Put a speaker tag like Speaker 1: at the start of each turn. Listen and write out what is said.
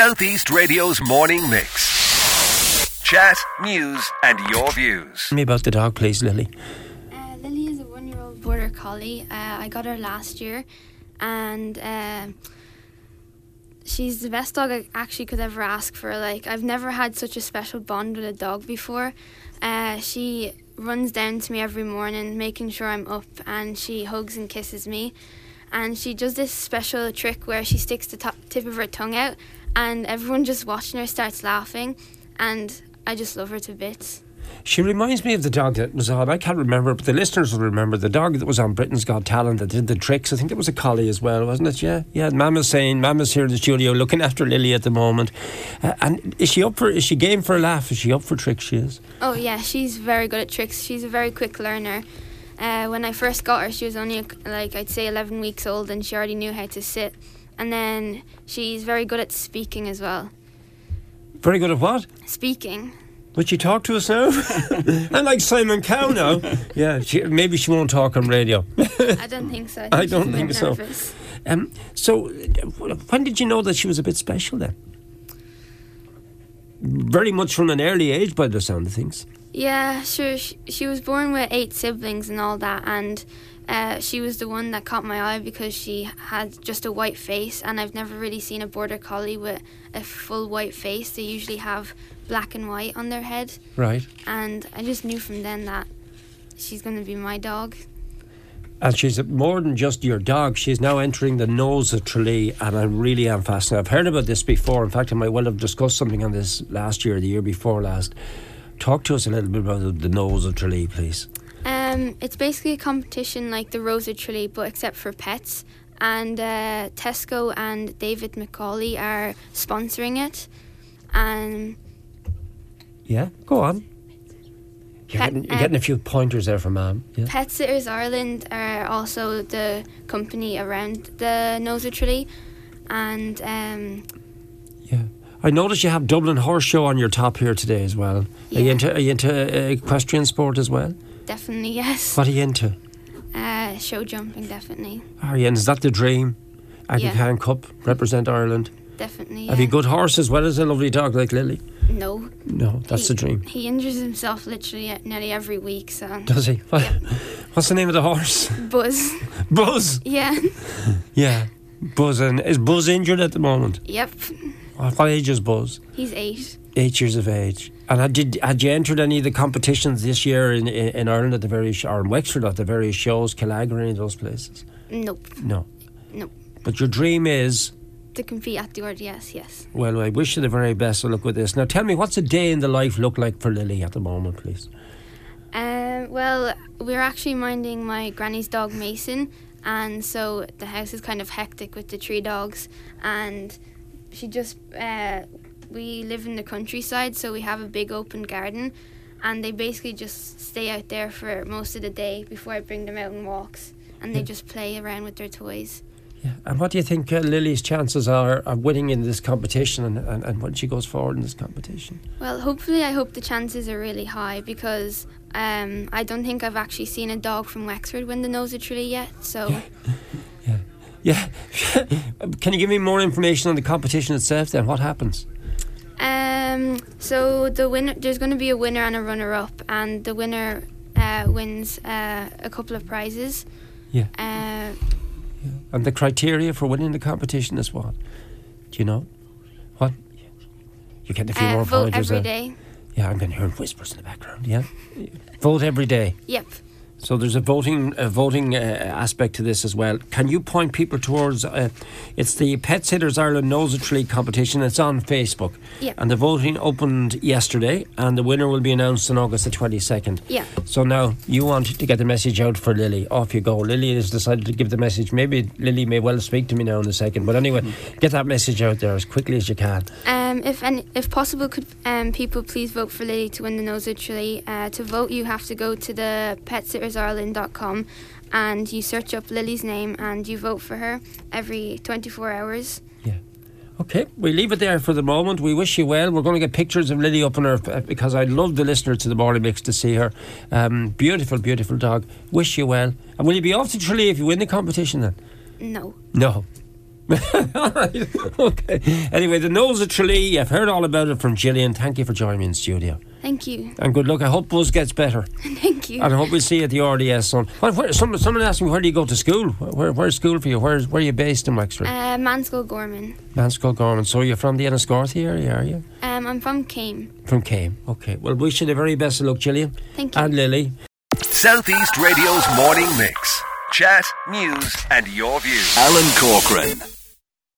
Speaker 1: Southeast Radio's morning mix. Chat, news, and your views.
Speaker 2: Tell me about the dog, please, Lily.
Speaker 3: Uh, Lily is a one year old border collie. Uh, I got her last year, and uh, she's the best dog I actually could ever ask for. Like, I've never had such a special bond with a dog before. Uh, she runs down to me every morning, making sure I'm up, and she hugs and kisses me. And she does this special trick where she sticks the top tip of her tongue out, and everyone just watching her starts laughing, and I just love her to bits.
Speaker 2: She reminds me of the dog that was on. I can't remember, but the listeners will remember the dog that was on Britain's Got Talent that did the tricks. I think it was a collie as well, wasn't it? Yeah, yeah. Mama's saying, Mama's here in the studio looking after Lily at the moment. Uh, and is she up for? Is she game for a laugh? Is she up for tricks? She is.
Speaker 3: Oh yeah, she's very good at tricks. She's a very quick learner. Uh, when I first got her, she was only like I'd say 11 weeks old, and she already knew how to sit. And then she's very good at speaking as well.
Speaker 2: Very good at what?
Speaker 3: Speaking.
Speaker 2: Would you talk to us now? I'm like Simon Cow now. Yeah, she, maybe she won't talk on radio.
Speaker 3: I don't think so. I, think
Speaker 2: I don't
Speaker 3: she's a
Speaker 2: think
Speaker 3: bit
Speaker 2: so.
Speaker 3: nervous.
Speaker 2: Um, so, uh, when did you know that she was a bit special then? Very much from an early age, by the sound of things.
Speaker 3: Yeah, sure. She, she was born with eight siblings and all that, and uh, she was the one that caught my eye because she had just a white face, and I've never really seen a border collie with a full white face. They usually have black and white on their head,
Speaker 2: Right.
Speaker 3: and I just knew from then that she's going to be my dog.
Speaker 2: And she's more than just your dog. She's now entering the nose of Tralee, and I really am fascinated. I've heard about this before. In fact, I might well have discussed something on this last year, the year before last. Talk to us a little bit about the- the nose of Tralee, please.
Speaker 3: Um, it's basically a competition like the Rosa Trolley, but except for pets. And uh, Tesco and David McCauley are sponsoring it. And
Speaker 2: Yeah, go on. You're,
Speaker 3: Pet-
Speaker 2: getting, you're
Speaker 3: uh,
Speaker 2: getting a few pointers there from Mum. Yeah.
Speaker 3: Pet Sitters Ireland are also the company around the Noser Trolley. And um,
Speaker 2: Yeah. I notice you have Dublin Horse Show on your top here today as well. Are you
Speaker 3: Yeah.
Speaker 2: into, are you into uh, equestrian sport as well?
Speaker 3: definitely, yes.
Speaker 2: What are you into?
Speaker 3: Uh, show jumping, definitely.
Speaker 2: Are you in? Is that the dream? Aggie
Speaker 3: Yeah.
Speaker 2: Khan Cup, represent Ireland.
Speaker 3: Definitely.
Speaker 2: Have you
Speaker 3: yeah.
Speaker 2: good horse as well as a lovely dog like Lily?
Speaker 3: No.
Speaker 2: No, that's the
Speaker 3: he,
Speaker 2: dream.
Speaker 3: He injures himself literally nearly every week, so.
Speaker 2: Does he? What, What's the name of the horse?
Speaker 3: Buzz.
Speaker 2: Buzz.
Speaker 3: Yeah.
Speaker 2: Yeah, Buzz. And is Buzz injured at the moment?
Speaker 3: yep.
Speaker 2: What what age is Buzz?
Speaker 3: He's eight.
Speaker 2: Eight years of age. And had, did, had you entered any of the competitions this year in, in, in Ireland at the various sh- or in Wexford at the various shows, Calgary, any of those places?
Speaker 3: Nope.
Speaker 2: No.
Speaker 3: No.
Speaker 2: But your dream is
Speaker 3: To compete at the RDS, yes.
Speaker 2: well. I wish you the very best of luck with this. Now, tell me, what's a day in the life look like for Lily at the moment, please?
Speaker 3: Um, well, we're actually minding my granny's dog Mason, and so the house is kind of hectic with the three dogs. And she just, uh, we live in the countryside, so we have a big open garden, and they basically just stay out there for most of the day before I bring them out on walks, and they just play around with their toys.
Speaker 2: Yeah. And what do you think uh, Lily's chances are of winning in this competition, and, and, and when she goes forward in this competition?
Speaker 3: Well, hopefully, I hope the chances are really high because um, I don't think I've actually seen a dog from Wexford win the Nose of Tralee yet. So,
Speaker 2: Yeah. Can you give me more information on the competition itself? Then what happens?
Speaker 3: um, so the winner there's going to be a winner and a runner-up, and the winner uh, wins uh, a couple of prizes.
Speaker 2: Yeah.
Speaker 3: Uh,
Speaker 2: And the criteria for winning the competition is what? Do you know? What? You get a few
Speaker 3: uh,
Speaker 2: more
Speaker 3: vote
Speaker 2: pointers.
Speaker 3: every
Speaker 2: there.
Speaker 3: day.
Speaker 2: Yeah, I'm going to hear whispers in the background. Yeah. Vote every day.
Speaker 3: Yep.
Speaker 2: So there's a voting a voting uh, aspect to this as well. Can you point people towards? Uh, it's the Pet Sitters Ireland Nose of Tralee competition. It's on Facebook.
Speaker 3: Yeah.
Speaker 2: And the voting opened yesterday, and the winner will be announced on August the twenty second.
Speaker 3: Yeah.
Speaker 2: So now you want to get the message out for Lily. Off you go. Lily has decided to give the message. Maybe Lily may well speak to me now in a second. But anyway, get that message out there as quickly as you can.
Speaker 3: Um, if any, if possible, could um, people please vote for Lily to win the Nose of Tralee? Uh, to vote, you have to go to the petsittersireland.com and you search up Lily's name and you vote for her every 24 hours.
Speaker 2: Yeah. Okay, we leave it there for the moment. We wish you well. We're going to get pictures of Lily up on her uh, because I love the listener to the morning mix to see her. Um, beautiful, beautiful dog. Wish you well. And will you be off to Tralee if you win the competition then?
Speaker 3: No.
Speaker 2: No. all right. Okay. Anyway, the nose of Tralee. I've heard all about it from Gillian. Thank you for joining me in studio.
Speaker 3: Thank you.
Speaker 2: And good luck. I hope Buzz gets better.
Speaker 3: Thank you.
Speaker 2: And I hope we see you at the RDS soon. Where, where, someone, someone asked me, where do you go to school? Where, where's school for you? Where's, where are you based in Wexford?
Speaker 3: Uh, Mansco Gorman.
Speaker 2: Mansfield, Gorman. So you're from the Enniscorthy area, are you?
Speaker 3: Um, I'm from Came.
Speaker 2: From Came. Okay. Well, wish you the very best of luck, Gillian.
Speaker 3: Thank you.
Speaker 2: And Lily.
Speaker 1: Southeast Radio's morning mix. Chat, news, and your views.
Speaker 4: Alan Corcoran.